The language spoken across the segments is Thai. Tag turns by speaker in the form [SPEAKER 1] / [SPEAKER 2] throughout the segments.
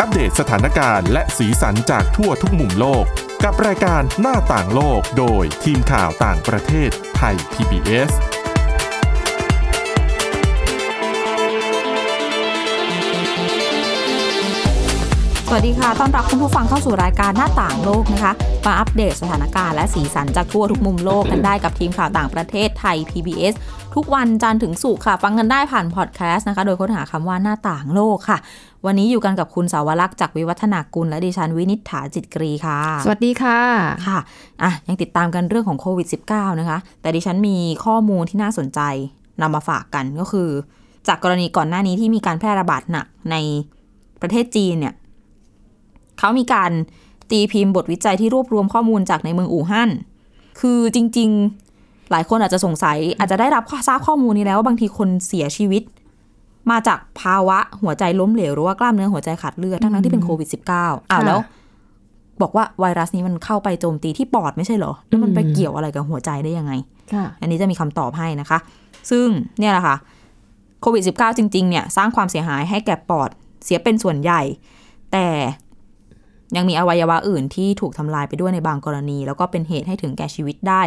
[SPEAKER 1] อัปเดตสถานการณ์และสีสันจากทั่วทุกมุมโลก กับรายการหน้าต่างโลกโดยทีมข่าวต่างประเทศไทย PBS
[SPEAKER 2] สวัสดีค่ะ ต้อนรับคุณผู้ฟังเข้าสู่รายการหน้าต่างโลกนะคะ มาอัปเดตสถานการณ์และสีสันจากทั่วทุกมุมโลกกันได้กับทีมข่าวต่างประเทศไทย PBS ทุกวันจันทร์ถึงศุกร์ค่ะ ฟังกันได้ผ่านพอดแคสต์นะคะ โดยค้นหาคำว่าหน้าต่างโลกค่ะ วันนี้อยู่กันกับคุณสาวรักษ์จากวิวัฒนากุลและดิฉันวินิษฐาจิตกรีค่ะ
[SPEAKER 3] สวัสดีค่ะ
[SPEAKER 2] ค่ะอ่ะ ยังติดตามกันเรื่องของโควิด -19 นะคะ แต่ดิฉันมีข้อมูลที่น่าสนใจนำมาฝากกันก็คือ จากกรณีก่อนหน้านี้ที่มีการแพร่ระบาดหนักในประเทศจีนเนี่ยเขามีการตีพิมพ์บทวิจัยที่รวบรวมข้อมูลจากในเมืองอู่ฮั่น คือจริง ๆ หลายคนอาจจะสงสัย อาจจะได้รับทราบข้อมูลนี้แล้วว่าบางทีคนเสียชีวิต มาจากภาวะหัวใจล้มเหลวหรือว่ากล้ามเนื้อหัวใจขาดเลือดทั้งๆที่เป็นโควิด -19 อ้าวแล้ว บอกว่าไวรัสนี้มันเข้าไปโจมตีที่ปอดไม่ใช่เหรอ แล้วมันไป
[SPEAKER 3] อืม
[SPEAKER 2] เกี่ยวอะไรกับหัวใจได้ยังไง
[SPEAKER 3] ค่ะ
[SPEAKER 2] อันนี้จะมีคำตอบให้นะคะ ซึ่งเนี่ยแหละค่ะ โควิด -19 จริง ๆ เนี่ย สร้างความเสียหายให้แก่ปอดเสียเป็นส่วนใหญ่ แต่ยังมีอวัยวะอื่นที่ถูกทำลายไปด้วยในบางกรณี แล้วก็เป็นเหตุให้ถึงแก่ชีวิตได้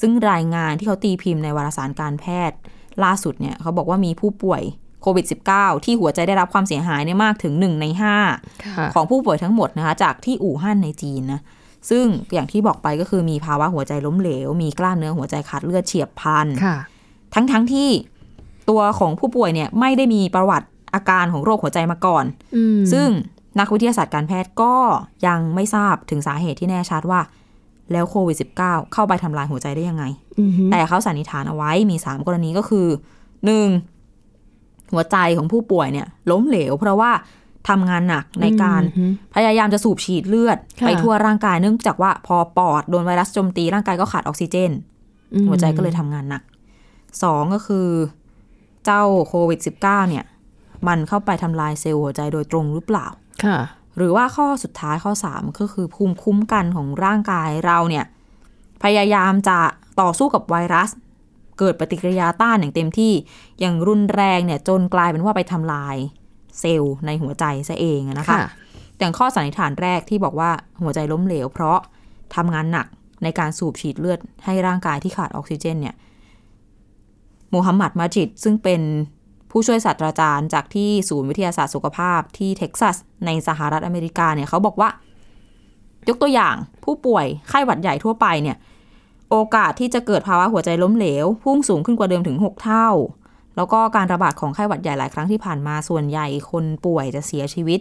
[SPEAKER 2] ซึ่งรายงานที่เขาตีพิมพ์ในวารสารการแพทย์ ล่าสุดเนี่ยเขาบอกว่ามีผู้ป่วยโควิด -19 ที่หัวใจได้รับความเสียหายเนี่ยมากถึง 1 ใน 5
[SPEAKER 3] ค่ะ
[SPEAKER 2] ของผู้ป่วยทั้งหมดนะคะจากที่อู่ฮั่นในจีนนะซึ่งอย่างที่บอกไปก็คือมีภาวะหัวใจล้มเหลว มีกล้ามเนื้อหัวใจขาดเลือดเฉียบพลัน
[SPEAKER 3] ค่ะ
[SPEAKER 2] ทั้งทั้งๆที่ตัวของผู้ป่วยเนี่ยไม่ได้มีประวัติอาการของโรคหัวใจมาก่อน
[SPEAKER 3] อืม
[SPEAKER 2] ซึ่งนักวิทยาศาสตร์การแพทย์ก็ยังไม่ทราบถึงสาเหตุที่แน่ชัดว่า แล้วโควิด -19 เข้าไปทำลายหัวใจได้ยังไง
[SPEAKER 3] อือหือ
[SPEAKER 2] แต่เขาสันนิษฐานเอาไว้มี 3 กรณีก็คือ 1. หัวใจของผู้ป่วยเนี่ยล้มเหลว เพราะว่าทำงานหนักในการ
[SPEAKER 3] อือหือ
[SPEAKER 2] พยายามจะสูบฉีดเลือด
[SPEAKER 3] ค่ะ
[SPEAKER 2] ไปทั่วร่างกายเนื่องจากว่าพอปอดโดนไวรัสโจมตีร่างกายก็ขาดออกซิเจน
[SPEAKER 3] อืม
[SPEAKER 2] หัวใจก็เลยทำงานหนักสองก็คือเจ้าโควิด -19 เนี่ย มันเข้าไปทำลายเซลล์หัวใจโดยตรงหรือเปล่า
[SPEAKER 3] ค่ะ
[SPEAKER 2] หรือว่าข้อสุดท้ายข้อ 3 ก็คือภูมิคุ้มกันของร่างกายเราเนี่ย พยายามจะต่อสู้กับไวรัส เกิดปฏิกิริยาต้านอย่างเต็มที่อย่างรุนแรงเนี่ยจนกลายเป็นว่าไปทำลายเซลล์ในหัวใจซะเองอะนะคะ อย่างข้อสันนิษฐานแรกที่บอกว่าหัวใจล้มเหลว เพราะทำงานหนักในการสูบฉีดเลือดให้ร่างกายที่ขาดออกซิเจนเนี่ยโมฮัมหมัดมาจิดซึ่งเป็นผู้ช่วยศาสตราจารย์จากที่ศูนย์วิทยาศาสตร์สุขภาพที่เท็กซัส ในสหรัฐอเมริกาเนี่ยเขาบอกว่า ยกตัวอย่างผู้ป่วยไข้หวัดใหญ่ทั่วไปเนี่ย โอกาสที่จะเกิดภาวะหัวใจล้มเหลว พุ่งสูงขึ้นกว่าเดิมถึง 6 เท่า แล้วก็การระบาดของไข้หวัดใหญ่หลายครั้งที่ผ่านมาส่วนใหญ่คนป่วยจะเสียชีวิต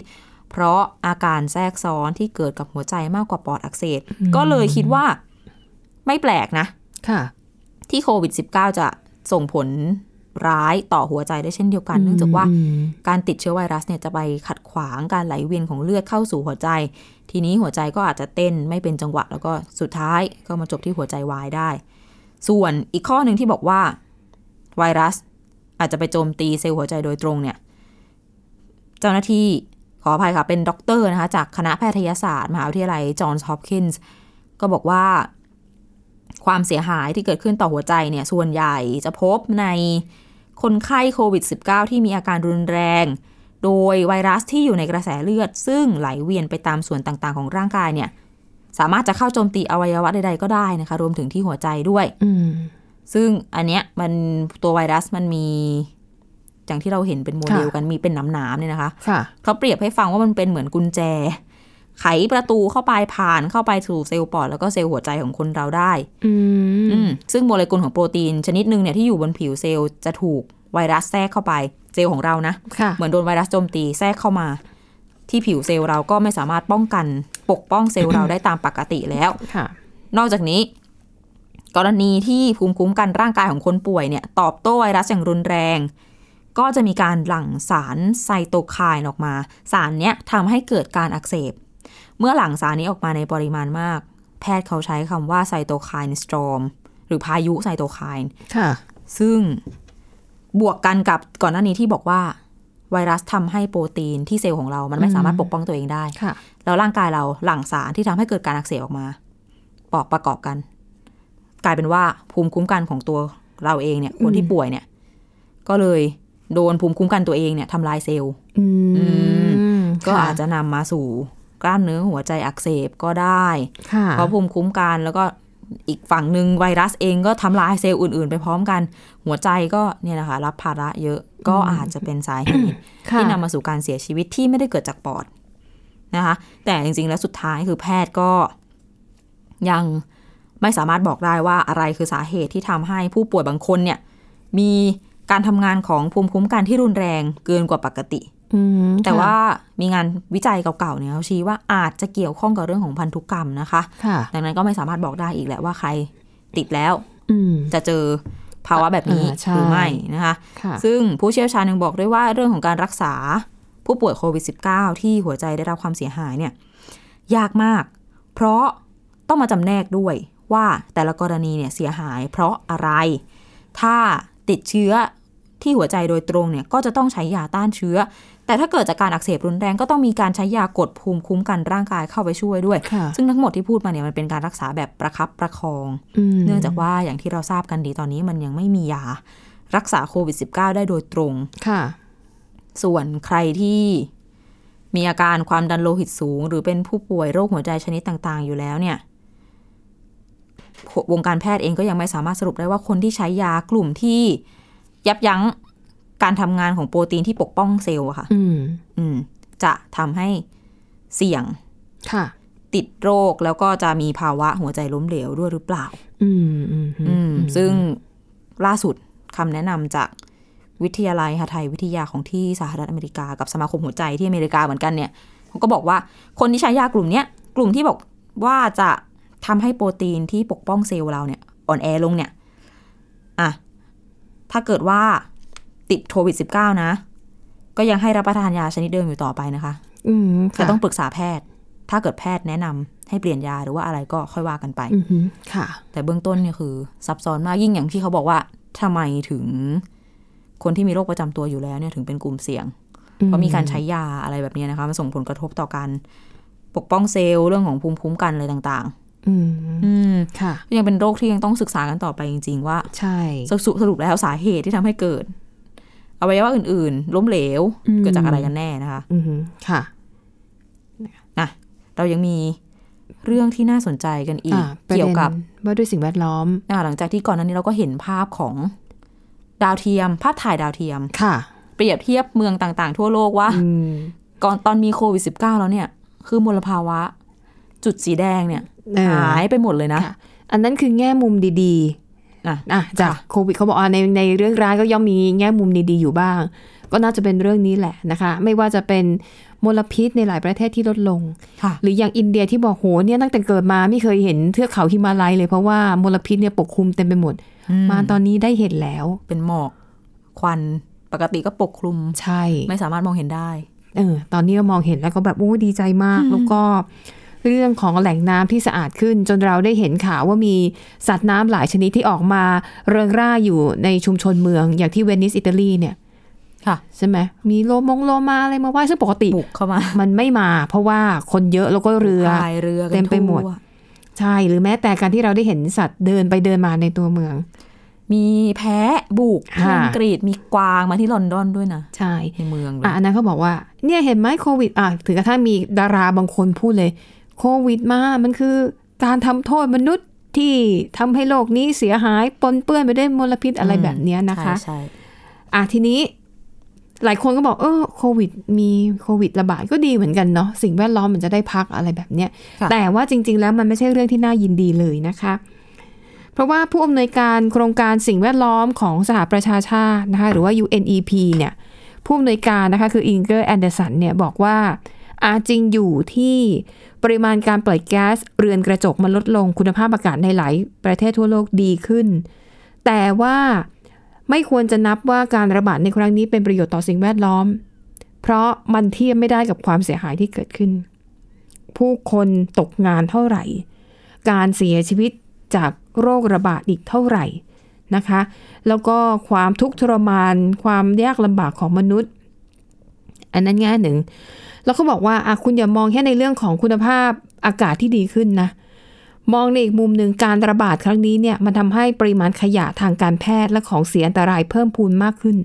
[SPEAKER 2] เพราะอาการแทรกซ้อนที่เกิดกับหัวใจมากกว่าปอดอักเสบก็เลยคิดว่าไม่แปลกนะ
[SPEAKER 3] ค่ะ
[SPEAKER 2] ที่โควิด -19 จะส่งผลร้ายต่อหัวใจได้เช่นเดียวกัน เนื่องจากว่า
[SPEAKER 3] อืม
[SPEAKER 2] การติดเชื้อไวรัสเนี่ยจะไปขัดขวางการไหลเวียนของเลือดเข้าสู่หัวใจ ทีนี้หัวใจก็อาจจะเต้นไม่เป็นจังหวะ แล้วก็สุดท้ายก็มาจบที่หัวใจวายได้ ส่วนอีกข้อหนึ่งที่บอกว่า ไวรัสอาจจะไปโจมตีเซลล์หัวใจโดยตรงเนี่ย เจ้าหน้าที่ขออภัยค่ะ เป็นด็อกเตอร์นะคะ จากคณะแพทยศาสตร์ มหาวิทยาลัยจอห์นส์ฮอปกินส์ก็บอกว่า ความเสียหายที่เกิดขึ้นต่อหัวใจเนี่ย ส่วนใหญ่จะพบในคนไข้โควิด -19 ที่มีอาการรุนแรง โดยไวรัสที่อยู่ในกระแสเลือด ซึ่งไหลเวียนไปตามส่วนต่างๆ ของร่างกายเนี่ย สามารถจะเข้าโจมตีอวัยวะใดๆก็ได้นะคะ รวมถึงที่หัวใจด้วย
[SPEAKER 3] อืม
[SPEAKER 2] ซึ่งอันเนี้ยมันตัวไวรัสมันมีอย่างที่เราเห็นเป็นโมเดล
[SPEAKER 3] ค่ะ
[SPEAKER 2] กันมีเป็นหนามๆเนี่ยนะคะ
[SPEAKER 3] ค่ะ
[SPEAKER 2] เขาเปรียบให้ฟังว่ามันเป็นเหมือนกุญแจ ไขประตูเข้าไปผ่านเข้าไปสู่เซลล์ปอดแล้วก็เซลล์หัวใจของคนเราได้
[SPEAKER 3] อืม
[SPEAKER 2] อืมซึ่งโมเลกุลของโปรตีนชนิดหนึ่งเนี่ยที่อยู่บนผิวเซลล์จะถูกไวรัสแทรกเข้าไปเซลล์ของเรานะ
[SPEAKER 3] ค่ะ
[SPEAKER 2] เหมือนโดนไวรัสโจมตีแทรกเข้ามา ที่ผิวเซลล์เราก็ไม่สามารถป้องกันปกป้องเซลล์เราได้ตามปกติแล้ว
[SPEAKER 3] ค่ะ
[SPEAKER 2] นอกจากนี้ กรณีที่ภูมิคุ้มกันร่างกายของคนป่วยเนี่ย ตอบโต้ไวรัสอย่างรุนแรง ก็จะมีการหลั่งสารไซโตไคน์ออกมา สารเนี้ยทำให้เกิดการอักเสบ เมื่อหลั่งสารนี้ออกมาในปริมาณมาก แพทย์เขาใช้คำว่าไซโตไคน์สตรอมหรือพายุไซโตไคน์
[SPEAKER 3] ค่ะ
[SPEAKER 2] ซึ่งบวกกันกับก่อนหน้านี้ที่บอกว่า ไวรัสทำให้โปรตีนที่เซลล์ของเรามันไม่สามารถปกป้องตัวเองได้
[SPEAKER 3] ค่ะ
[SPEAKER 2] แล้วร่างกายเราหลั่งสารที่ทำให้เกิดการอักเสบออกมา ปอกประกอบกัน กลายเป็นว่าภูมิคุ้มกันของตัวเราเองเนี่ย คนที่ป่วยเนี่ย ก็เลยโดนภูมิคุ้มกันตัวเองเนี่ยทำลายเซลล์
[SPEAKER 3] อืม
[SPEAKER 2] ก็
[SPEAKER 3] ค่ะ
[SPEAKER 2] อาจจะนำมาสู่กล้ามเนื้อหัวใจอักเสบก็ได้
[SPEAKER 3] ค่ะ
[SPEAKER 2] เพราะภูมิคุ้มกันแล้วก็อีกฝั่งหนึ่งไวรัสเองก็ทำลายเซลล์อื่น ๆ ไปพร้อมกัน หัวใจก็เนี่ยนะคะรับภาระเยอะก็อาจจะเป็นสาเหตุ
[SPEAKER 3] ค่ะ
[SPEAKER 2] ที่นำมาสู่การเสียชีวิตที่ไม่ได้เกิดจากปอดนะคะ แต่จริง ๆ แล้วสุดท้ายคือแพทย์ก็ ยังไม่สามารถบอกได้ว่าอะไรคือสาเหตุที่ทำให้ผู้ป่วยบางคนเนี่ย มีการทำงานของภูมิคุ้มกันที่รุนแรงเกินกว่าปกติ
[SPEAKER 3] อืม
[SPEAKER 2] แต่ว่ามีงานวิจัยเก่าๆเนี่ยเขาชี้ว่าอาจจะเกี่ยวข้องกับเรื่องของพันธุกรรมนะคะ
[SPEAKER 3] ค่ะ
[SPEAKER 2] ดังนั้นก็ไม่สามารถบอกได้อีกแหละว่าใครติดแล้ว
[SPEAKER 3] อืม
[SPEAKER 2] จะเจอภาวะแบบนี้
[SPEAKER 3] อ่าใช่
[SPEAKER 2] หรือไม่นะคะ
[SPEAKER 3] ค่ะ
[SPEAKER 2] ซึ่งผู้เชี่ยวชาญยังบอกด้วยว่าเรื่องของการรักษาผู้ป่วยโควิด -19 ที่หัวใจได้รับความเสียหายเนี่ยยากมาก เพราะต้องมาจำแนกด้วยว่าแต่ละกรณีเนี่ยเสียหายเพราะอะไร ถ้าติดเชื้อที่หัวใจโดยตรงเนี่ยก็จะต้องใช้ยาต้านเชื้อ แต่ถ้าเกิดจากการอักเสบรุนแรงก็ต้องมีการใช้ยากดภูมิคุ้มกันร่างกายเข้าไปช่วยด้วย
[SPEAKER 3] ค่ะ
[SPEAKER 2] ซึ่งทั้งหมดที่พูดมาเนี่ยมันเป็นการรักษาแบบประคับประคอง
[SPEAKER 3] ม
[SPEAKER 2] เนื่องจากว่าอย่างที่เราทราบกันดีตอนนี้มันยังไม่มียา รักษาโควิด -19 ได้โดยตรง
[SPEAKER 3] ค่ะ
[SPEAKER 2] ส่วนใครที่มีอาการความดันโลหิตสูง หรือเป็นผู้ป่วยโรคหัวใจชนิดต่างๆ อยู่แล้วเนี่ยวงการแพทย์เองก็ยังไม่สามารถสรุปได้ว่าคนที่ใช้ยากลุ่มที่ยับยั้งการทำงานของโปรตีนที่ปกป้องเซลล์อะค่ะ
[SPEAKER 3] อืม
[SPEAKER 2] อืม จะทำให้เสี่ยง
[SPEAKER 3] ค่ะ
[SPEAKER 2] ติดโรคแล้วก็จะมีภาวะหัวใจล้มเหลวด้วยหรือเปล่า
[SPEAKER 3] อืมอืม
[SPEAKER 2] อืมซึ่งล่าสุดคำแนะนำจากวิทยาลัยหทัยวิทยาของที่สหรัฐอเมริกากับสมาคมหัวใจที่อเมริกาเหมือนกันเนี่ยเขาก็บอกว่าคนที่ใช้ยากลุ่มเนี้ยกลุ่มที่บอกว่าจะทำให้โปรตีนที่ปกป้องเซลล์เราเนี่ยอ่อนแอลงเนี่ยอ่ะถ้าเกิดว่าติดโควิด -19 นะ ก็ยังให้รับประทานยาชนิดเดิมอยู่ต่อไปนะคะ
[SPEAKER 3] อืม
[SPEAKER 2] แต่
[SPEAKER 3] ค่ะ
[SPEAKER 2] ต้องปรึกษาแพทย์ ถ้าเกิดแพทย์แนะนำให้เปลี่ยนยาหรือว่าอะไรก็ค่อยว่ากันไป
[SPEAKER 3] อืมฮึค่ะ
[SPEAKER 2] แต่เบื้องต้นเนี่ยคือซับซ้อนมากยิ่งอย่างที่เขาบอกว่าทำไมถึงคนที่มีโรคประจำตัวอยู่แล้วเนี่ยถึงเป็นกลุ่มเสี่ยง เพราะมีการใช้ยาอะไรแบบเนี้ยนะคะมันส่งผลกระทบต่อการปกป้องเซลล์เรื่องของภูมิคุ้มกันอะไรต่าง
[SPEAKER 3] อืม
[SPEAKER 2] ๆ อืม
[SPEAKER 3] ค่ะ
[SPEAKER 2] ยังเป็นโรคที่ยังต้องศึกษากันต่อไปจริง ๆ ว่า
[SPEAKER 3] ใช่
[SPEAKER 2] สรุปสรุปแล้วสาเหตุที่ทำให้เกิดอวัยวะอื่นๆ ล้มเหลว
[SPEAKER 3] อืม
[SPEAKER 2] เกิดจากอะไรกันแน่นะคะ
[SPEAKER 3] อืมฮึค่ะ
[SPEAKER 2] นะเรายังมีเรื่องที่น่าสนใจกันอีก
[SPEAKER 3] อ่าประน
[SPEAKER 2] เกี่ยวกับ
[SPEAKER 3] ว่าด้วยสิ่งแวดล้อม
[SPEAKER 2] อ่าหลังจากที่ก่อนหน้านี้เราก็เห็นภาพของดาวเทียม ภาพถ่ายดาวเทียม
[SPEAKER 3] ค่ะ
[SPEAKER 2] เปรียบเทียบเมืองต่างๆ ทั่วโลกว่า
[SPEAKER 3] อืม
[SPEAKER 2] ก่อนตอนมีโควิด -19 แล้วเนี่ย คือมลภาวะ จุดสีแดงเนี่ย
[SPEAKER 3] เออ
[SPEAKER 2] หายไปหมดเลยนะ
[SPEAKER 3] ค่ะ อันนั้นคือแง่มุมดี
[SPEAKER 2] อ่ะ
[SPEAKER 3] ๆอ่ะจาก
[SPEAKER 2] ค่ะ
[SPEAKER 3] โควิดเขาบอกอ่าในในเรื่องร้ายก็ย่อมมีแง่มุมดีๆอยู่บ้าง ก็น่าจะเป็นเรื่องนี้แหละนะคะ ไม่ว่าจะเป็นมลพิษในหลายประเทศที่ลดลง
[SPEAKER 2] ค่ะ
[SPEAKER 3] หรืออย่างอินเดียที่บอกโหเนี่ยตั้งแต่เกิดมาไม่เคยเห็นเทือกเขาฮิมาลัยเลยเพราะว่ามลพิษเนี่ยปกคลุมเต็มไปหมด
[SPEAKER 2] อืม
[SPEAKER 3] มาตอนนี้ได้เห็นแล้ว
[SPEAKER 2] เป็นหมอกควันปกติก็ปกคลุม
[SPEAKER 3] ใช่
[SPEAKER 2] ไม่สามารถมองเห็นได้
[SPEAKER 3] เออตอนนี้ก็มองเห็นแล้วก็แบบโอ้ดีใจมาก แล้วก็ เรื่องของแหล่งน้ำที่สะอาดขึ้น จนเราได้เห็นข่าวว่ามีสัตว์น้ำหลายชนิดที่ออกมาเริงร่าอยู่ในชุมชนเมือง อย่างที่เวนิสอิตาลีเนี่ย
[SPEAKER 2] ค่ะ
[SPEAKER 3] ใช่ไหมมีโลมงโลมาอะไรมาว่ายซึ่งปกติ
[SPEAKER 2] บุกเข้ามา
[SPEAKER 3] มันไม่มา เพราะว่าคนเยอะแล้วก็เรือ
[SPEAKER 2] พายเรือกัน
[SPEAKER 3] เต็มไปหมด
[SPEAKER 2] ทั่ว
[SPEAKER 3] ใช่หรือแม้แต่การที่เราได้เห็นสัตว์เดินไปเดินมาในตัวเมือง
[SPEAKER 2] มีแพะบุกที่
[SPEAKER 3] ค่ะ
[SPEAKER 2] อังกฤษมีกวางมาที่ลอนดอนด้วยนะ
[SPEAKER 3] ใช่
[SPEAKER 2] ในเมืองเล
[SPEAKER 3] อ่ะ
[SPEAKER 2] ย
[SPEAKER 3] อันนั้นเขาบอกว่า เนี่ยเห็นไหมโควิดอ่ะถึงกระทั่งมีดาราบางคนพูดเลย โควิดมา มันคือการทำโทษมนุษย์ที่ทำให้โลกนี้เสียหายปนเปื้อนไปด้วยมลพิษอะไรแบบเนี้ยนะคะ
[SPEAKER 2] ใช่
[SPEAKER 3] อ่ะทีนี้ หลายคนก็บอกเออโควิด มีโควิดระบาดก็ดีเหมือนกันเนาะสิ่งแวดล้อมมันจะได้พักอะไรแบบเนี้ย
[SPEAKER 2] ๆค่ะ
[SPEAKER 3] แต่ว่าจริง ๆ แล้วมันไม่ใช่เรื่องที่น่ายินดีเลยนะคะ เพราะว่าผู้อำนวยการโครงการสิ่งแวดล้อมของสหประชาชาตินะคะหรือว่า UNEP เนี่ยผู้อำนวยการนะคะคืออิงเกอร์แอนเดอร์สันเนี่ยบอกว่าอาจริงอยู่ที่ปริมาณการปล่อยแก๊สเรือนกระจกมันลดลงคุณภาพอากาศในหลายประเทศทั่วโลกดีขึ้น แต่ว่าไม่ควรจะนับว่าการระบาดในครั้งนี้เป็นประโยชน์ต่อสิ่งแวดล้อม เพราะมันเทียบไม่ได้กับความเสียหายที่เกิดขึ้น ผู้คนตกงานเท่าไหร่ การเสียชีวิตจากโรคระบาดอีกเท่าไหร่นะคะ แล้วก็ความทุกข์ทรมาน ความยากลำบากของมนุษย์ อันนั้นแง่หนึ่ง แล้วเขาบอกว่าอ่ะคุณอย่ามองแค่ในเรื่องของคุณภาพอากาศที่ดีขึ้นนะ มองในอีกมุมหนึ่งการระบาดครั้งนี้เนี่ยมันทำให้ปริมาณขยะทางการแพทย์และของเสียอันตรายเพิ่มพูนมากขึ้น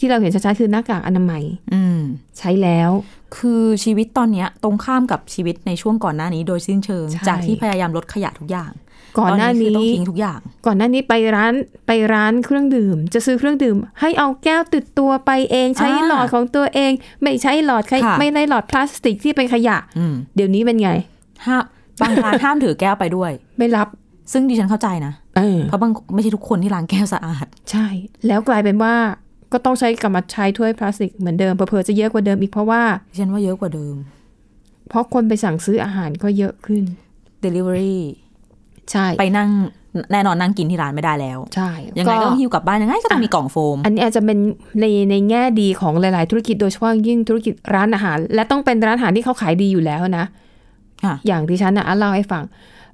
[SPEAKER 3] ที่เราเห็นชัดๆคือหน้ากากอนามัย
[SPEAKER 2] อืม
[SPEAKER 3] ใช้แล้ว
[SPEAKER 2] คือชีวิตตอนเนี้ยตรงข้ามกับชีวิตในช่วงก่อนหน้านี้โดยสิ้นเชิง
[SPEAKER 3] ใช่
[SPEAKER 2] จากที่พยายามลดขยะทุกอย่าง
[SPEAKER 3] ก่อนหน้า
[SPEAKER 2] ตคื
[SPEAKER 3] นี้
[SPEAKER 2] ต้องทิ้งทุกอย่าง
[SPEAKER 3] ก่อนหน้านี้ไปร้านไปร้านเครื่องดื่ม จะซื้อเครื่องดื่ม ให้เอาแก้วติดตัวไปเองใช้
[SPEAKER 2] อ่า
[SPEAKER 3] หลอดของตัวเอง ไม่ใช้หลอดใคร
[SPEAKER 2] ค่ะ
[SPEAKER 3] ไม่ได้หลอดพลาสติกที่เป็นขยะ
[SPEAKER 2] อืม
[SPEAKER 3] เดี๋ยวนี้เป็นไง
[SPEAKER 2] ห้ามบาง ร้าน ห้ามถือแก้วไปด้วย
[SPEAKER 3] ไม่รับ
[SPEAKER 2] ซึ่งดิฉันเข้าใจนะ
[SPEAKER 3] เออ
[SPEAKER 2] เพราะบางไม่ใช่ทุกคนที่ล้างแก้วสะอาด
[SPEAKER 3] ใช่ แล้วกลายเป็นว่าก็ต้องใช้กลับมาใช้ถ้วยพลาสติกเหมือนเดิมเผลอๆจะเยอะกว่าเดิมอีกเพราะว่า
[SPEAKER 2] ดิฉันว่าเยอะกว่าเดิม
[SPEAKER 3] เพราะคนไปสั่งซื้ออาหารก็เยอะขึ้น
[SPEAKER 2] Delivery
[SPEAKER 3] ใช่
[SPEAKER 2] ไปนั่งแน่นอนนั่งกินที่ร้านไม่ได้แล้ว
[SPEAKER 3] ใช่
[SPEAKER 2] ยังไงก็ต้องหิ้วกลับบ้านยังไงก็ต้องมีกล่องโฟม
[SPEAKER 3] อันนี้อาจจะเป็นในในแง่ดีของหลาย ๆ ธุรกิจโดยเฉพาะยิ่งธุรกิจร้านอาหาร และต้องเป็นร้านอาหารที่เขาขายดีอยู่แล้วนะ
[SPEAKER 2] ค่ะ
[SPEAKER 3] อย่างที่ฉันนะอ่ะเล่าให้ฟัง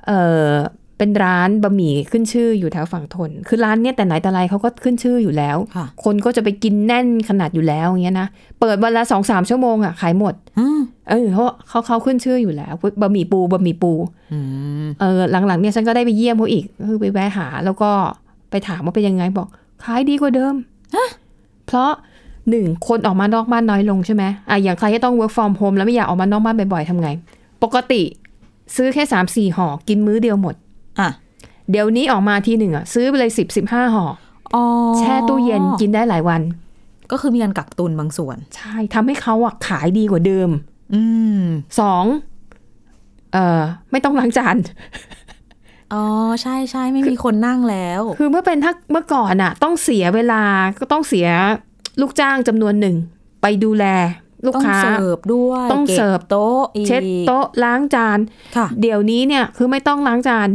[SPEAKER 3] เออเป็นร้านบะหมี่ขึ้นชื่ออยู่แถวฝั่งทน คือร้านเนี้ยแต่ไหนแต่ไรเขาก็ขึ้นชื่ออยู่แล้ว
[SPEAKER 2] ค่ะ
[SPEAKER 3] คนก็จะไปกินแน่นขนาดอยู่แล้วอย่างเงี้ยนะ เปิดวันละสองสามชั่วโมงอ่ะขายหมด
[SPEAKER 2] อืม
[SPEAKER 3] เออเพราะเขาเขาขึ้นชื่ออยู่แล้วบะหมี่ปูบะหมี่ปู
[SPEAKER 2] อืม
[SPEAKER 3] เออหลังๆเนี่ยฉันก็ได้ไปเยี่ยมเขาอีกคือไปแวะหา แล้วก็ไปถามว่าเป็นยังไงบอกขายดีกว่าเดิมเพราะหนึ่งคนออกมานอกบ้านน้อยลงใช่ไหมอ่ะอย่างใครที่ต้อง work from home แล้วไม่อยากออกมานอกบ้านบ่อยๆทำไง ปกติซื้อแค่สามสี่ห่อกินมื้อเดียวหมด
[SPEAKER 2] อ่ะ
[SPEAKER 3] เดี๋ยวนี้ออกมาทีหนึ่งอ่ะซื้อไปเลยสิบสิบห้าห่อ
[SPEAKER 2] อ๋อ
[SPEAKER 3] อแช่ตู้เย็นกินได้หลายวัน
[SPEAKER 2] ก็คือมีการกักตุนบางส่วน
[SPEAKER 3] ใช่ทำให้เขาอ่ะขายดีกว่าเดิม
[SPEAKER 2] อืม
[SPEAKER 3] สองเออไม่ต้องล้างจาน
[SPEAKER 2] อ๋อใช่ใช่ไม่มีคนนั่งแล้ว
[SPEAKER 3] คือเมื่อเป็นถ้าเมื่อก่อนอะต้องเสียเวลาก็ต้องเสียลูกจ้างจำนวนหนึ่ง ไปดูแลลูก
[SPEAKER 2] ต้อง
[SPEAKER 3] ค้า
[SPEAKER 2] เสิร์ฟด้วย
[SPEAKER 3] ต้องเสิร์ฟ
[SPEAKER 2] ก็บโต๊ะอีก
[SPEAKER 3] เช็ดโต๊ะล้างจาน
[SPEAKER 2] ค่ะ
[SPEAKER 3] เดี๋ยวนี้เนี่ยคือไม่ต้องล้างจาน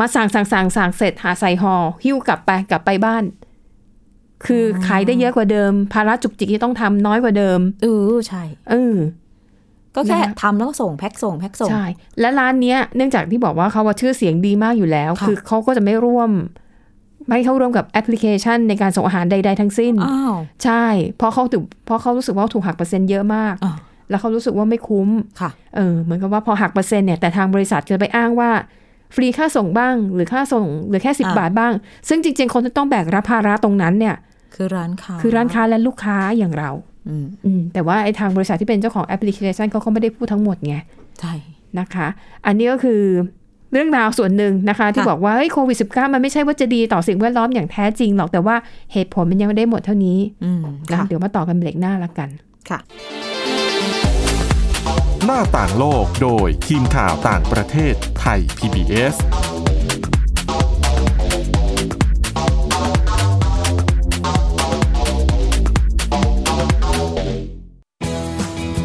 [SPEAKER 3] มาสั่งสั่งสั่งสั่งเสร็จหาใส่ห่อหิ้วกลับไปกลับไปบ้าน คืออขายได้เยอะกว่าเดิม ภาระจุกจิกที่ต้องทำน้อยกว่าเดิม
[SPEAKER 2] เออใช่
[SPEAKER 3] เออ
[SPEAKER 2] ก็แค่
[SPEAKER 3] นะคะ
[SPEAKER 2] ทำแล้วก็ส่งแพ็คส่งแพ็คส่ง
[SPEAKER 3] ใช่ และร้านเนี้ยเนื่องจากที่บอกว่าเขาว่าชื่อเสียงดีมากอยู่แล้ว
[SPEAKER 2] ค่ะ
[SPEAKER 3] คือเขาก็จะไม่ร่วม ไม่เข้าร่วมกับแอปพลิเคชันในการส่งอาหารใด ๆ ทั้งสิ้น
[SPEAKER 2] อ้าว
[SPEAKER 3] ใช่ เพราะเขาถูกเพราะเขารู้สึกว่าถูกหักเปอร์เซ็นต์เยอะมาก
[SPEAKER 2] อ่ะ
[SPEAKER 3] แล้วเขารู้สึกว่าไม่คุ้ม
[SPEAKER 2] ค่ะ
[SPEAKER 3] เออ เหมือนกับว่าพอหักเปอร์เซ็นต์เนี่ย แต่ทางบริษัทจะไปอ้างว่า ฟรีค่าส่งบ้าง หรือค่าส่งหรือแค่ 10
[SPEAKER 2] อ่ะ
[SPEAKER 3] บาทบ้าง ซึ่งจริง ๆ คนที่ต้องแบกรับภาระตรงนั้นเนี่ย
[SPEAKER 2] คือร้านค้า
[SPEAKER 3] คือร้านค้าและลูกค้าอย่างเรา
[SPEAKER 2] อืม
[SPEAKER 3] อืม แต่ว่าไอ้ทางบริษัทที่เป็นเจ้าของแอปพลิเคชันเขาก็ไม่ได้พูดทั้งหมดไง
[SPEAKER 2] ใช่
[SPEAKER 3] นะคะ อันนี้ก็คือเรื่องราวส่วนหนึ่งนะคะ ที่
[SPEAKER 2] ค่ะ
[SPEAKER 3] บอกว่าเฮ้ยโควิด -19 มันไม่ใช่ว่าจะดีต่อสิ่งแวดล้อมอย่างแท้จริงหรอก แต่ว่าเหตุผลมันยังไม่ได้หมดเท่านี้
[SPEAKER 2] อืม
[SPEAKER 3] นะ
[SPEAKER 2] ค่ะ
[SPEAKER 3] เดี๋ยวมาต่อกันเบรกหน้าละกัน
[SPEAKER 2] ค่ะ
[SPEAKER 1] หน้าต่างโลกโดยทีมข่าวต่างประเทศไทย PBS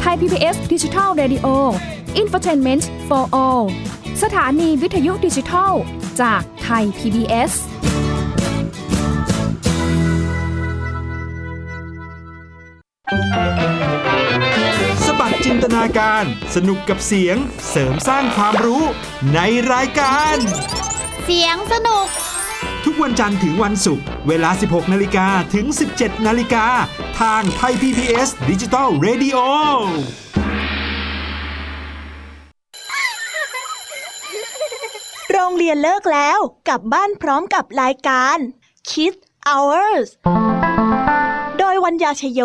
[SPEAKER 4] ไทย PBS Digital Radio Infotainment for All สถานีวิทยุดิจิทัล จากไทย PBS
[SPEAKER 5] สบัดจินตนาการ สนุกกับเสียง เสริมสร้างความรู้ในรายการ
[SPEAKER 6] เสียงสนุก
[SPEAKER 5] ทุกวันจันทร์ถึงวันศุกร์เวลา 16 นาฬิกาถึง 17 นาฬิกา ทางไทย PPS ดิจิ t a l Radio
[SPEAKER 7] โรงเรียนเลิกแล้วกลับบ้านพร้อมกับรายการ Kids Hours โดยวัญญาชยโย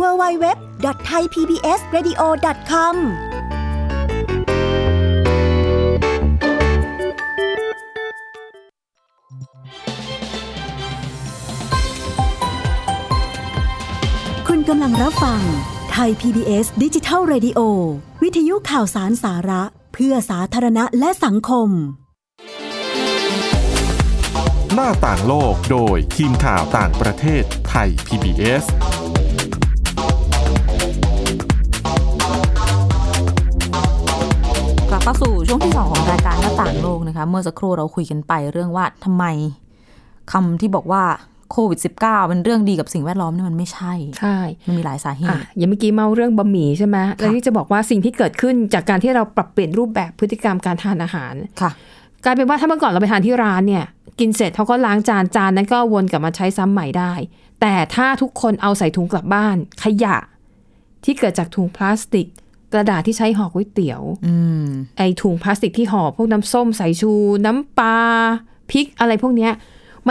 [SPEAKER 8] www.thaipbsradio.com คุณกำลังรับฟังไทย PBS ดิจิทัล Radio วิทยุข่าวสารสาระ เพื่อสาธารณะและสังคม
[SPEAKER 1] หน้าต่างโลกโดยทีมข่าวต่างประเทศไทย PBS
[SPEAKER 2] กลับเข้าสู่ช่วงที่ 2 ของรายการหน้าต่าง เมื่อสักครู่เราคุยกันไปเรื่องว่าทำไมคำที่บอกว่าโควิด -19 เป็นเรื่องดีกับสิ่งแวดล้อมเนี่ยมันไม่ใช่
[SPEAKER 3] ใช่
[SPEAKER 2] มันมีหลายสาเห
[SPEAKER 3] อ่ะ
[SPEAKER 2] ตุ
[SPEAKER 3] อย่างเมื่อกี้เมาเรื่องบะหมี่ใช่ไหมแล้วที่จะบอกว่าสิ่งที่เกิดขึ้นจากการที่เราปรับเปลี่ยนรูปแบบพฤติกรรมการทานอาหาร
[SPEAKER 2] ค่ะ
[SPEAKER 3] กลายเป็นว่าถ้าเมื่อก่อนเราไปทานที่ร้านเนี่ย กินเสร็จเขาก็ล้างจานจานนั้นก็วนกลับมาใช้ซ้ำใหม่ได้ แต่ถ้าทุกคนเอาใส่ถุงกลับบ้าน ขยะ ที่เกิดจากถุงพลาสติก กระดาษที่ใช้ห่อก๋วยเตี๋ยว
[SPEAKER 2] อืม
[SPEAKER 3] ไอถุงพลาสติกที่ห่อพวกน้ำส้มสายชู น้ำปลาพริกอะไรพวกเนี้ย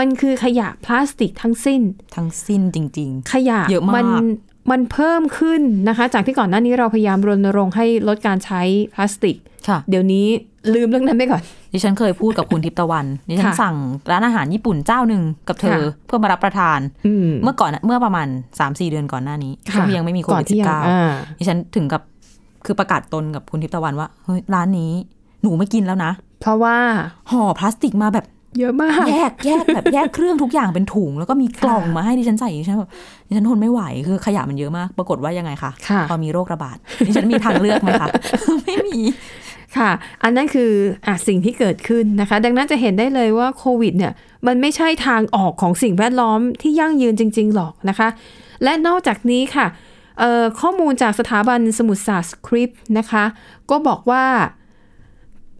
[SPEAKER 3] มันคือขยะพลาสติกทั้งสิ้น
[SPEAKER 2] ทั้งสิ้นจริง
[SPEAKER 3] ขยะ
[SPEAKER 2] เยอะมาก
[SPEAKER 3] นมันเพิ่มขึ้นนะคะ จากที่ก่อนหน้านี้เราพยายามรณรงค์ให้ลดการใช้พลาสติก
[SPEAKER 2] ๆ ค่ะ
[SPEAKER 3] เดี๋ยวนี้ลืมเรื่องนั้นไปก่อน
[SPEAKER 2] ดิฉันเคยพูดกับคุณทิพย์ตะวันดิฉัน
[SPEAKER 3] ค่ะ
[SPEAKER 2] สั่งร้านอาหารญี่ปุ่นเจ้าหนึ่งกับเธอ
[SPEAKER 3] ค่ะ
[SPEAKER 2] เพื่อมารับประทาน
[SPEAKER 3] อืม
[SPEAKER 2] เมื่อก่อนเมื่อประมาณ 3 4 เดือนก่อนหน้านี้
[SPEAKER 3] ค่ะ
[SPEAKER 2] ช่วงที่ยังไม่มีโค
[SPEAKER 3] ก่อ
[SPEAKER 2] วิ
[SPEAKER 3] น
[SPEAKER 2] ด
[SPEAKER 3] ที่
[SPEAKER 2] สิบ
[SPEAKER 3] ยัง
[SPEAKER 2] เก้า
[SPEAKER 3] อ่า
[SPEAKER 2] ดิฉันถึงกับคือประกาศตนกับคุณทิพย์ตะวันว่าเฮ้ยร้านนี้หนูไม่กินแล้วนะ
[SPEAKER 3] เพราะว่า
[SPEAKER 2] ห่อพลาสติกมาแบบ
[SPEAKER 3] เยอะมาก
[SPEAKER 2] แยกแยกแบบแยกเครื่องทุกอย่างเป็นถุง แล้วก็มีกล่องมาให้ดิฉันใส่ดิฉันแบบดิฉันทนไม่ไหวคือขยะมันเยอะมาก ปรากฏว่ายังไงคะ
[SPEAKER 3] ค่ะ
[SPEAKER 2] พอมีโรคระบาดดิฉันมีทางเลือกไหมคะ ไม่มี
[SPEAKER 3] ค่ะ อันนั้นคืออ่ะสิ่งที่เกิดขึ้นนะคะ ดังนั้นจะเห็นได้เลยว่าโควิดเนี่ยมันไม่ใช่ทางออกของสิ่งแวดล้อมที่ยั่งยืนจริง ๆ หรอกนะคะ และนอกจากนี้ค่ะเอ่อข้อมูลจากสถาบันสมุทรศาสตร์สคริปต์นะคะ ก็บอกว่า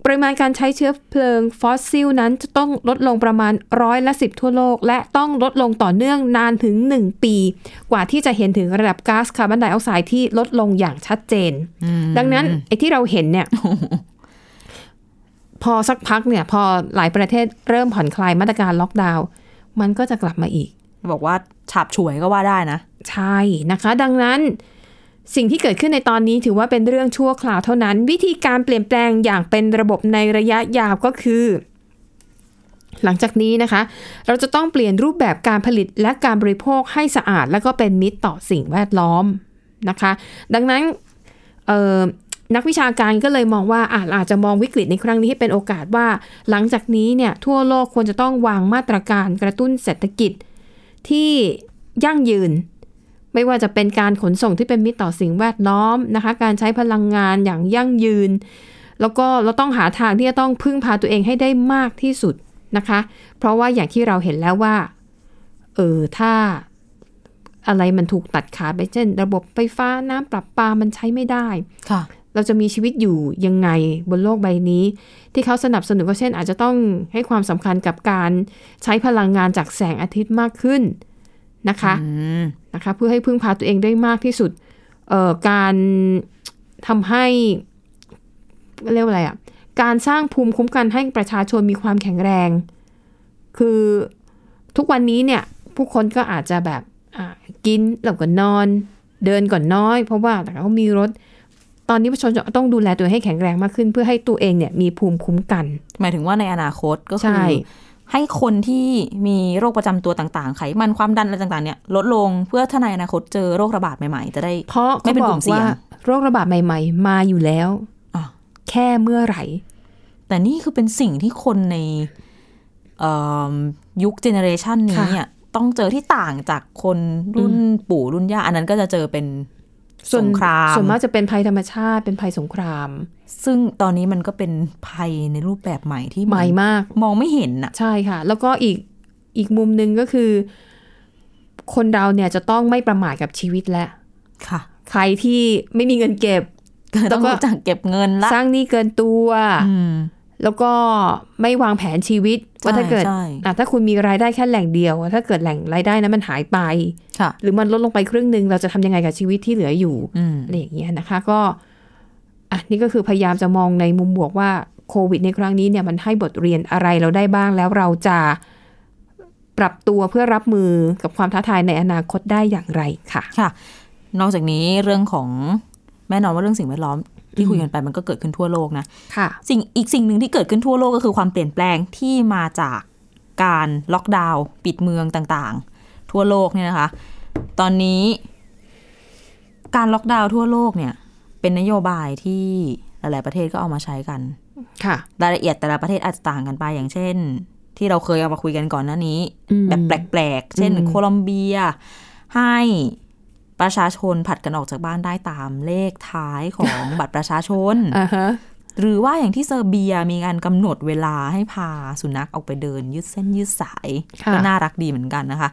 [SPEAKER 3] ปริมาณการใช้เชื้อเพลิงฟอสซิลนั้นจะต้องลดลงประมาณร้อยละสิบทั่วโลก และต้องลดลงต่อเนื่องนานถึง 1 ปี กว่าที่จะเห็นถึงระดับก๊าซคาร์บอนไดออกไซด์ที่ลดลงอย่างชัดเจน ดังนั้นไอ้ที่เราเห็นเนี่ย พอสักพักเนี่ย พอหลายประเทศเริ่มผ่อนคลายมาตรการล็อกดาวน์มันก็จะกลับมาอีก
[SPEAKER 2] บอกว่าฉาบฉวยก็ว่าได้นะ
[SPEAKER 3] ใช่นะคะ ดังนั้นสิ่งที่เกิดขึ้นในตอนนี้ถือว่าเป็นเรื่องชั่วคราวเท่านั้น วิธีการเปลี่ยนแปลงอย่างเป็นระบบในระยะยาวก็คือ หลังจากนี้นะคะ เราจะต้องเปลี่ยนรูปแบบการผลิตและการบริโภคให้สะอาด แล้วก็เป็นมิตรต่อสิ่งแวดล้อมนะคะ ดังนั้นเอ่อนักวิชาการก็เลยมองว่าอาจอาจจะมองวิกฤตในครั้งนี้ให้เป็นโอกาสว่า หลังจากนี้เนี่ยทั่วโลกควรจะต้องวางมาตรการกระตุ้นเศรษฐกิจที่ยั่งยืน ไม่ว่าจะเป็นการขนส่งที่เป็นมิตรต่อสิ่งแวดล้อมนะคะ การใช้พลังงานอย่างยั่งยืน แล้วก็เราต้องหาทางที่จะต้องพึ่งพาตัวเองให้ได้มากที่สุดนะคะ เพราะว่าอย่างที่เราเห็นแล้วว่า เออถ้าอะไรมันถูกตัดขาดไปเช่น ระบบไฟฟ้าน้ำปรับปามันใช้ไม่ได้
[SPEAKER 2] ค่ะ
[SPEAKER 3] เราจะมีชีวิตอยู่ยังไงบนโลกใบนี้ ที่เขาสนับสนุนก็เช่น อาจจะต้องให้ความสำคัญกับการใช้พลังงานจากแสงอาทิตย์มากขึ้นนะคะ
[SPEAKER 2] อืม
[SPEAKER 3] นะคะเพื่อให้พึ่งพาตัวเองได้มากที่สุดเอ่อการทำให้เรียกว่าอะไรอะ่ะการสร้างภูมิคุ้มกันให้ประชาชนมีความแข็งแรง คือทุกวันนี้เนี่ยผู้คนก็อาจจะแบบอ่ะกินแล้วก็นอน เดินก่อนน้อย เพราะว่าแต่เขามีรถ ตอนนี้ประชาชนจะต้องดูแลตัวเองให้แข็งแรงมากขึ้น เพื่อให้ตัวเองเนี่ยมีภูมิคุ้มกัน
[SPEAKER 2] หมายถึงว่าในอนาคตก็คื
[SPEAKER 3] ใช่
[SPEAKER 2] อ ให้คนที่มีโรคประจำตัวต่างๆ ไขมันความดันอะไรต่างๆ เนี่ยลดลงเพื่อถ้าในอนาคตเจอโรคระบาดใหม่ๆ จะได้
[SPEAKER 3] เพราะ
[SPEAKER 2] ไม่
[SPEAKER 3] เขา
[SPEAKER 2] เป็น
[SPEAKER 3] บ
[SPEAKER 2] ก
[SPEAKER 3] อ
[SPEAKER 2] ลุ่
[SPEAKER 3] ก
[SPEAKER 2] มเสี่ย
[SPEAKER 3] ว่าง โรคระบาดใหม่ ๆ มาอยู่แล้ว
[SPEAKER 2] อ่ะ
[SPEAKER 3] แค่เมื่อไหร่
[SPEAKER 2] แต่นี่คือเป็นสิ่งที่คนในเอิ่มยุคเจเนอเรชันนี้
[SPEAKER 3] ค่ะ
[SPEAKER 2] เนี่ยต้องเจอที่ต่างจากคนรุ่นปู่รุ่นย่าอันนั้นก็จะเจอเป็น
[SPEAKER 3] ส่วน
[SPEAKER 2] สงคราม
[SPEAKER 3] ส่วนมากจะเป็นภัยธรรมชาติเป็นภัยสงคราม
[SPEAKER 2] ซึ่งตอนนี้มันก็เป็นภัยในรูปแบบใหม่ที่น
[SPEAKER 3] ใหม่มาก
[SPEAKER 2] มองไม่เห็นน่ะ
[SPEAKER 3] ใช่ค่ะ แล้วก็อีกอีกมุมหนึ่งก็คือ คนเราเนี่ยจะต้องไม่ประมาทกับชีวิตและ
[SPEAKER 2] ค่ะ
[SPEAKER 3] ใครที่ไม่มีเงินเก็บ
[SPEAKER 2] ก็ต้อง
[SPEAKER 3] แล้วก็
[SPEAKER 2] รู้จักเก็บเงินละ
[SPEAKER 3] สร้างหนี้เกินตัว
[SPEAKER 2] อืม
[SPEAKER 3] แล้วก็ไม่วางแผนชีวิต ว่าถ้าเกิด
[SPEAKER 2] ใช่
[SPEAKER 3] อ่ะถ้าคุณมีรายได้แค่แหล่งเดียว ถ้าเกิดแหล่งรายได้นั้นมันหายไป
[SPEAKER 2] ค่ะ
[SPEAKER 3] หรือมันลดลงไปครึ่งหนึ่งเราจะทำยังไงกับชีวิตที่เหลืออยู่
[SPEAKER 2] อืม
[SPEAKER 3] อะไรอย่างเงี้ยนะคะก็อ่ะนี่ก็คือพยายามจะมองในมุมบวกว่าโควิดในครั้งนี้เนี่ยมันให้บทเรียนอะไรเราได้บ้างแล้วเราจะปรับตัวเพื่อรับมือกับความท้าทายในอนาคตได้อย่างไรค่ะ
[SPEAKER 2] ค่ะ นอกจากนี้เรื่องของแน่นอนว่าเรื่องสิ่งแวดล้อมที่คุยกันไปมันก็เกิดขึ้นทั่วโลกนะ
[SPEAKER 3] ค่ะ
[SPEAKER 2] สิ่งอีกสิ่งหนึ่งที่เกิดขึ้นทั่วโลกก็คือความเปลี่ยนแปลงที่มาจากการล็อกดาวน์ปิดเมืองต่างๆ ทั่วโลกเนี่ยนะคะ ตอนนี้ การล็อกดาวน์ทั่วโลกเนี่ย เป็นนโยบายที่หลาย ๆ ประเทศก็เอามาใช้กัน
[SPEAKER 3] ค่ะ
[SPEAKER 2] รายละเอียดแต่ละประเทศอาจจะต่างกันไปอย่างเช่น ที่เราเคยเอามาคุยกันก่อนหน้านี้
[SPEAKER 3] อืม
[SPEAKER 2] แบบแปลกๆ เช่น โคลอมเบีย ให้ ประชาชนผัดกันออกจากบ้านได้ตามเลขท้ายของ บัตรประชาชน
[SPEAKER 3] อ่าฮะ
[SPEAKER 2] หรือว่าอย่างที่เซอร์เบียมีการกำหนดเวลาให้พาสุนัขออกไปเดิน ยืดเส้นยืดสาย
[SPEAKER 3] ค่ะ
[SPEAKER 2] ก็น่ารักดีเหมือนกันนะคะ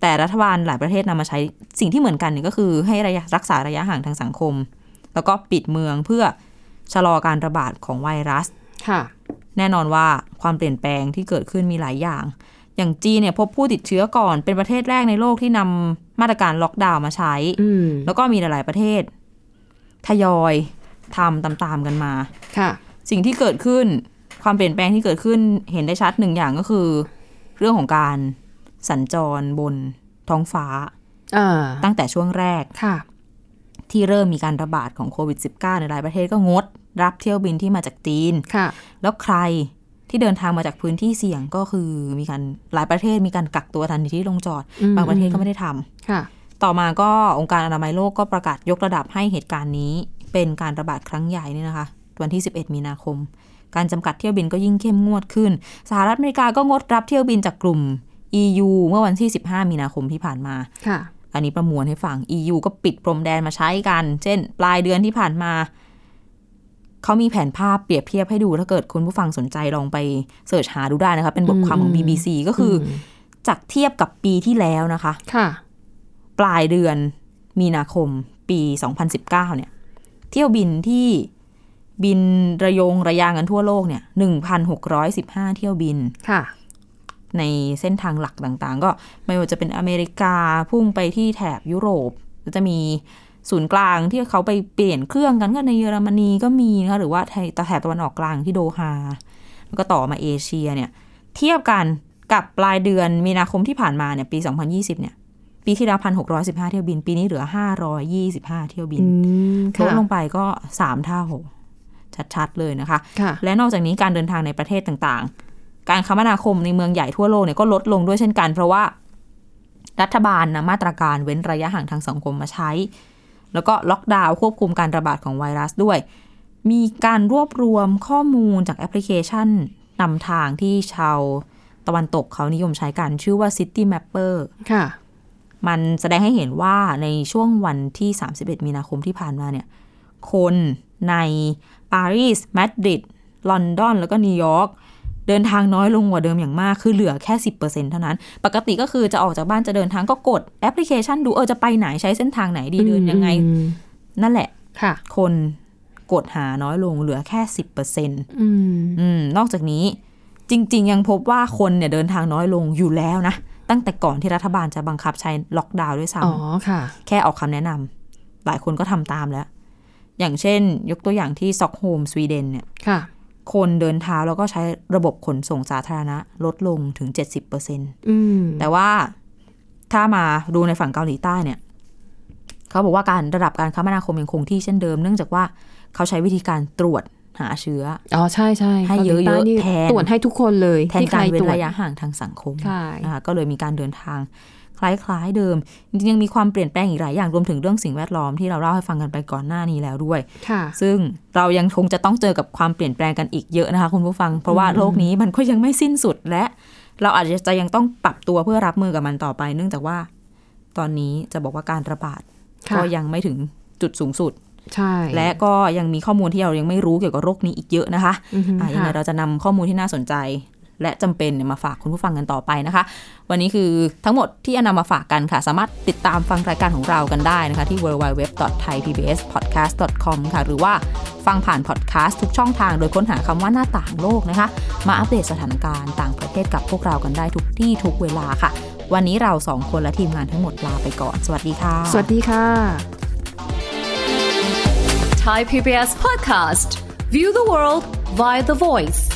[SPEAKER 2] แต่รัฐบาลหลายประเทศนำมาใช้สิ่งที่เหมือนกันเนี่ยก็คือให้ระยะรักษาระยะห่างทางสังคม แล้วก็ปิดเมืองเพื่อชะลอการระบาดของไวรัส
[SPEAKER 3] ค่ะ
[SPEAKER 2] แน่นอนว่าความเปลี่ยนแปลงที่เกิดขึ้นมีหลายอย่าง อย่างจีนเนี่ยพบผู้ติดเชื้อก่อนเป็นประเทศแรกในโลกที่นำมาตรการล็อกดาวน์มาใช้
[SPEAKER 3] อืม
[SPEAKER 2] แล้วก็มีหลาย ๆ ประเทศ ทยอยทำตาม ๆ กันมา
[SPEAKER 3] ค่ะ
[SPEAKER 2] สิ่งที่เกิดขึ้นความเปลี่ยนแปลงที่เกิดขึ้นเห็นได้ชัดหนึ่งอย่างก็คือ เรื่องของการสัญจรบนท้องฟ้า
[SPEAKER 3] อ่า
[SPEAKER 2] ตั้งแต่ช่วงแรก
[SPEAKER 3] ค่ะ
[SPEAKER 2] ที่เริ่มมีการระบาดของโควิด -19 ในหลายประเทศก็งด รับเที่ยวบินที่มาจากจีน
[SPEAKER 3] ค่ะ
[SPEAKER 2] แล้วใครที่เดินทางมาจากพื้นที่เสี่ยงก็คือมีการหลายประเทศมีการกักตัวทันทีที่ลงจอด
[SPEAKER 3] อืม
[SPEAKER 2] บางประเทศก็ไม่ได้ทำ
[SPEAKER 3] ค่ะ
[SPEAKER 2] ต่อมาก็องค์การอนามัยโลกก็ประกาศยกระดับให้เหตุการณ์นี้ เป็นการระบาดครั้งใหญ่เนี่ยนะคะ วันที่ 11 มีนาคม การจำกัดเที่ยวบินก็ยิ่งเข้มงวดขึ้น สหรัฐอเมริกาก็งดรับเที่ยวบินจากกลุ่ม EU เมื่อวันที่ 15 มีนาคมที่ผ่านมา
[SPEAKER 3] ค่ะ
[SPEAKER 2] อันนี้ประมวลให้ฟัง EU ก็ปิดพรมแดนมาใช้กัน เช่น ปลายเดือนที่ผ่านมา เขามีแผนภาพเปรียบเทียบให้ดู ถ้าเกิดคุณผู้ฟังสนใจลองไปเสิร์ชหาดูได้นะคะ เป็นบทความของ
[SPEAKER 3] อืม
[SPEAKER 2] BBC ก็คืออจากเทียบกับปีที่แล้วนะคะ
[SPEAKER 3] ค่ะ
[SPEAKER 2] ปลายเดือนมีนาคมปี 2019 เนี่ย เที่ยวบินที่บินระยงระยางกันทั่วโลกเนี่ย1,615 เที่ยวบิน
[SPEAKER 3] ค่ะ
[SPEAKER 2] ในเส้นทางหลักต่างๆ ก็ไม่ว่าจะเป็นอเมริกาพุ่งไปที่แถบยุโรปก็จะมีศูนย์กลางที่เขาไปเปลี่ยนเครื่องกันก็ในเยอรมนีก็มีนะคะหรือว่าไทยแถบตะวันออกกลางที่โดฮาแล้วก็ต่อมาเอเชียเนี่ย เทียบกันกับปลายเดือนมีนาคมที่ผ่านมาเนี่ยปี 2020 เนี่ย ปีที่แล้วพันหกร้อยสิบห้าเที่ยวบิน ปีนี้เหลือห้าร้อยยี่สิบห้าเที่ยวบิน
[SPEAKER 3] อืม
[SPEAKER 2] ล
[SPEAKER 3] ค่ะ
[SPEAKER 2] ดลงไปก็สามเท่าชัดๆเลยนะคะ
[SPEAKER 3] ค่ะ
[SPEAKER 2] และนอกจากนี้การเดินทางในประเทศต่างๆ การคมนาคมในเมืองใหญ่ทั่วโลกเนี่ยก็ลดลงด้วยเช่นกัน เพราะว่ารัฐบาลนำมาตรการเว้นระยะห่างทางสังคมมาใช้ แล้วก็ล็อกดาวน์ควบคุมการระบาดของไวรัสด้วย มีการรวบรวมข้อมูลจากแอปพลิเคชันนำทางที่ชาวตะวันตกเขานิยมใช้กัน ชื่อว่า City Mapper
[SPEAKER 3] ค่ะ
[SPEAKER 2] มันแสดงให้เห็นว่าในช่วงวันที่ 31 มีนาคมที่ผ่านมาเนี่ย คนในปารีส มาดริด ลอนดอน แล้วก็นิวยอร์ก เดินทางน้อยลงกว่าเดิมอย่างมาก คือเหลือแค่ 10%เท่านั้น ปกติก็คือจะออกจากบ้านจะเดินทางก็กดแอปพลิเคชันดูเออจะไปไหนใช้เส้นทางไหนดีเดินยังไง
[SPEAKER 3] อืม
[SPEAKER 2] นั่นแหละ
[SPEAKER 3] ค่ะ
[SPEAKER 2] คนกดหาน้อยลงเหลือแค่ 10%อ
[SPEAKER 3] อืม
[SPEAKER 2] ืมนอกจากนี้จริง ๆ ยังพบว่าคนเนี่ยเดินทางน้อยลงอยู่แล้วนะ ตั้งแต่ก่อนที่รัฐบาลจะบังคับใช้ล็อกดาวน์ด้วยซ้ำ
[SPEAKER 3] อ๋อ ค่ะ
[SPEAKER 2] แค่ออกคำแนะนำหลายคนก็ทำตามแล้ว อย่างเช่น ยกตัวอย่างที่ซ็อกโฮมสวีเดนเนี่ย
[SPEAKER 3] ค่ะ
[SPEAKER 2] คนเดินเท้าแล้วก็ใช้ระบบขนส่งสาธารณะ ลดลงถึง 70%
[SPEAKER 3] อืม
[SPEAKER 2] แต่ว่าถ้ามาดูในฝั่งเกาหลีใต้เนี่ย เขาบอกว่าการระดับการคมนาคมยังคงที่เช่นเดิม เนื่องจากว่าเขาใช้วิธีการตรวจหาเชื้อ
[SPEAKER 3] อ๋อ ใช่ใช่
[SPEAKER 2] ให้เยอะๆ
[SPEAKER 3] กาหลีใต้นี่
[SPEAKER 2] แทน
[SPEAKER 3] ตรวจให้ทุกคนเลย
[SPEAKER 2] แทน
[SPEAKER 3] ใค
[SPEAKER 2] การเว้
[SPEAKER 3] ต
[SPEAKER 2] น
[SPEAKER 3] รวจ
[SPEAKER 2] ระยะห่างทางสังคม
[SPEAKER 3] ใช่
[SPEAKER 2] นะคะก็เลยมีการเดินทางคล้ายๆเดิม จริงๆยังมีความเปลี่ยนแปลงอีกหลายอย่างรวมถึงเรื่องสิ่งแวดล้อมที่เราเล่าให้ฟังกันไปก่อนหน้านี้แล้วด้วย
[SPEAKER 3] ค่ะ
[SPEAKER 2] ซึ่งเรายังคงจะต้องเจอกับความเปลี่ยนแปลงกันอีกเยอะนะคะคุณผู้ฟัง เพราะว่าโลกนี้มันก็ยังไม่สิ้นสุดและ เราอาจจะยังต้องปรับตัวเพื่อรับมือกับมันต่อไป เนื่องจากว่า ตอนนี้จะบอกว่าการระบาด
[SPEAKER 3] ค่ะ
[SPEAKER 2] ก็ยังไม่ถึงจุดสูงสุด
[SPEAKER 3] ใช่
[SPEAKER 2] และก็ยังมีข้อมูลที่เรายังไม่รู้เกี่ยวกับโรคนี้อีกเยอะนะคะ
[SPEAKER 3] อือฮึ
[SPEAKER 2] อ่ะยังไง
[SPEAKER 3] ค่ะ
[SPEAKER 2] เราจะนำข้อมูลที่น่าสนใจ และจำเป็นเนี่ยมาฝากคุณผู้ฟังกันต่อไปนะคะ วันนี้คือทั้งหมดที่อนำมาฝากกันค่ะ สามารถติดตามฟังรายการของเรากันได้นะคะ ที่ www.thaipbspodcast.com ค่ะ หรือว่าฟังผ่านพอดแคสต์ทุกช่องทางโดยค้นหาคำว่าหน้าต่างโลกนะคะ มาอัปเดตสถานการณ์ต่างประเทศกับพวกเรากันได้ทุกที่ทุกเวลาค่ะ วันนี้เราสองคนและทีมงานทั้งหมดลาไปก่อน สวัสดีค่ะ
[SPEAKER 3] สวัสดีค่ะ
[SPEAKER 9] Thai PBS podcast. View the world via the voice.